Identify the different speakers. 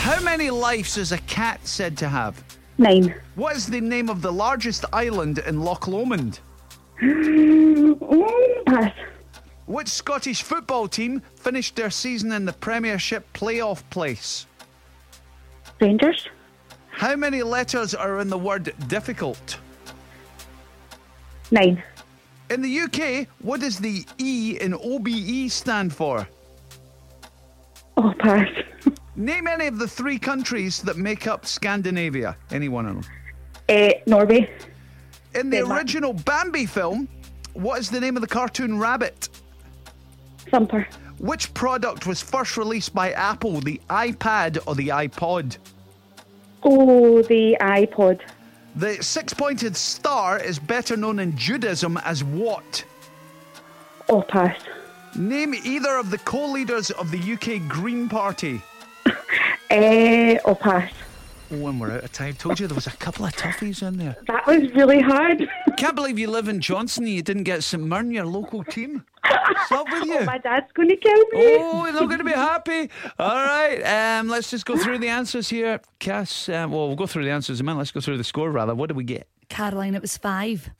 Speaker 1: How many lives is a cat said to have?
Speaker 2: Nine.
Speaker 1: What is the name of the largest island in Loch Lomond?
Speaker 2: Mm, Pass.
Speaker 1: Which Scottish football team finished their season in the Premiership playoff place?
Speaker 2: Rangers.
Speaker 1: How many letters are in the word difficult?
Speaker 2: Nine.
Speaker 1: In the UK, what does the E in OBE stand for?
Speaker 2: Oh, pass.
Speaker 1: Name any of the three countries that make up Scandinavia. Any one of them.
Speaker 2: Eh, Norway.
Speaker 1: In the
Speaker 2: Denmark.
Speaker 1: original Bambi film, what is the name of the cartoon rabbit?
Speaker 2: Thumper.
Speaker 1: Which product was first released by Apple, the iPad or the iPod?
Speaker 2: Oh, the iPod.
Speaker 1: The six pointed star is better known in Judaism as what?
Speaker 2: Oh, pass.
Speaker 1: Name either of the co leaders of the UK Green Party.
Speaker 2: Eh, oh, pass.
Speaker 1: Oh, and we're out of time. Told you there was a couple of toughies in there.
Speaker 2: That was really hard.
Speaker 1: Can't believe you live in Johnson and you didn't get St Mirren, your local team. What's up with you?
Speaker 2: Oh, My dad's going to kill me.
Speaker 1: Oh, they're not going to be happy. All right, um, let's just go through the answers here. uh, Cass, um, well, we'll go through the answers in a minute. Let's go through the score, rather. What did we get?
Speaker 3: Caroline, it was five.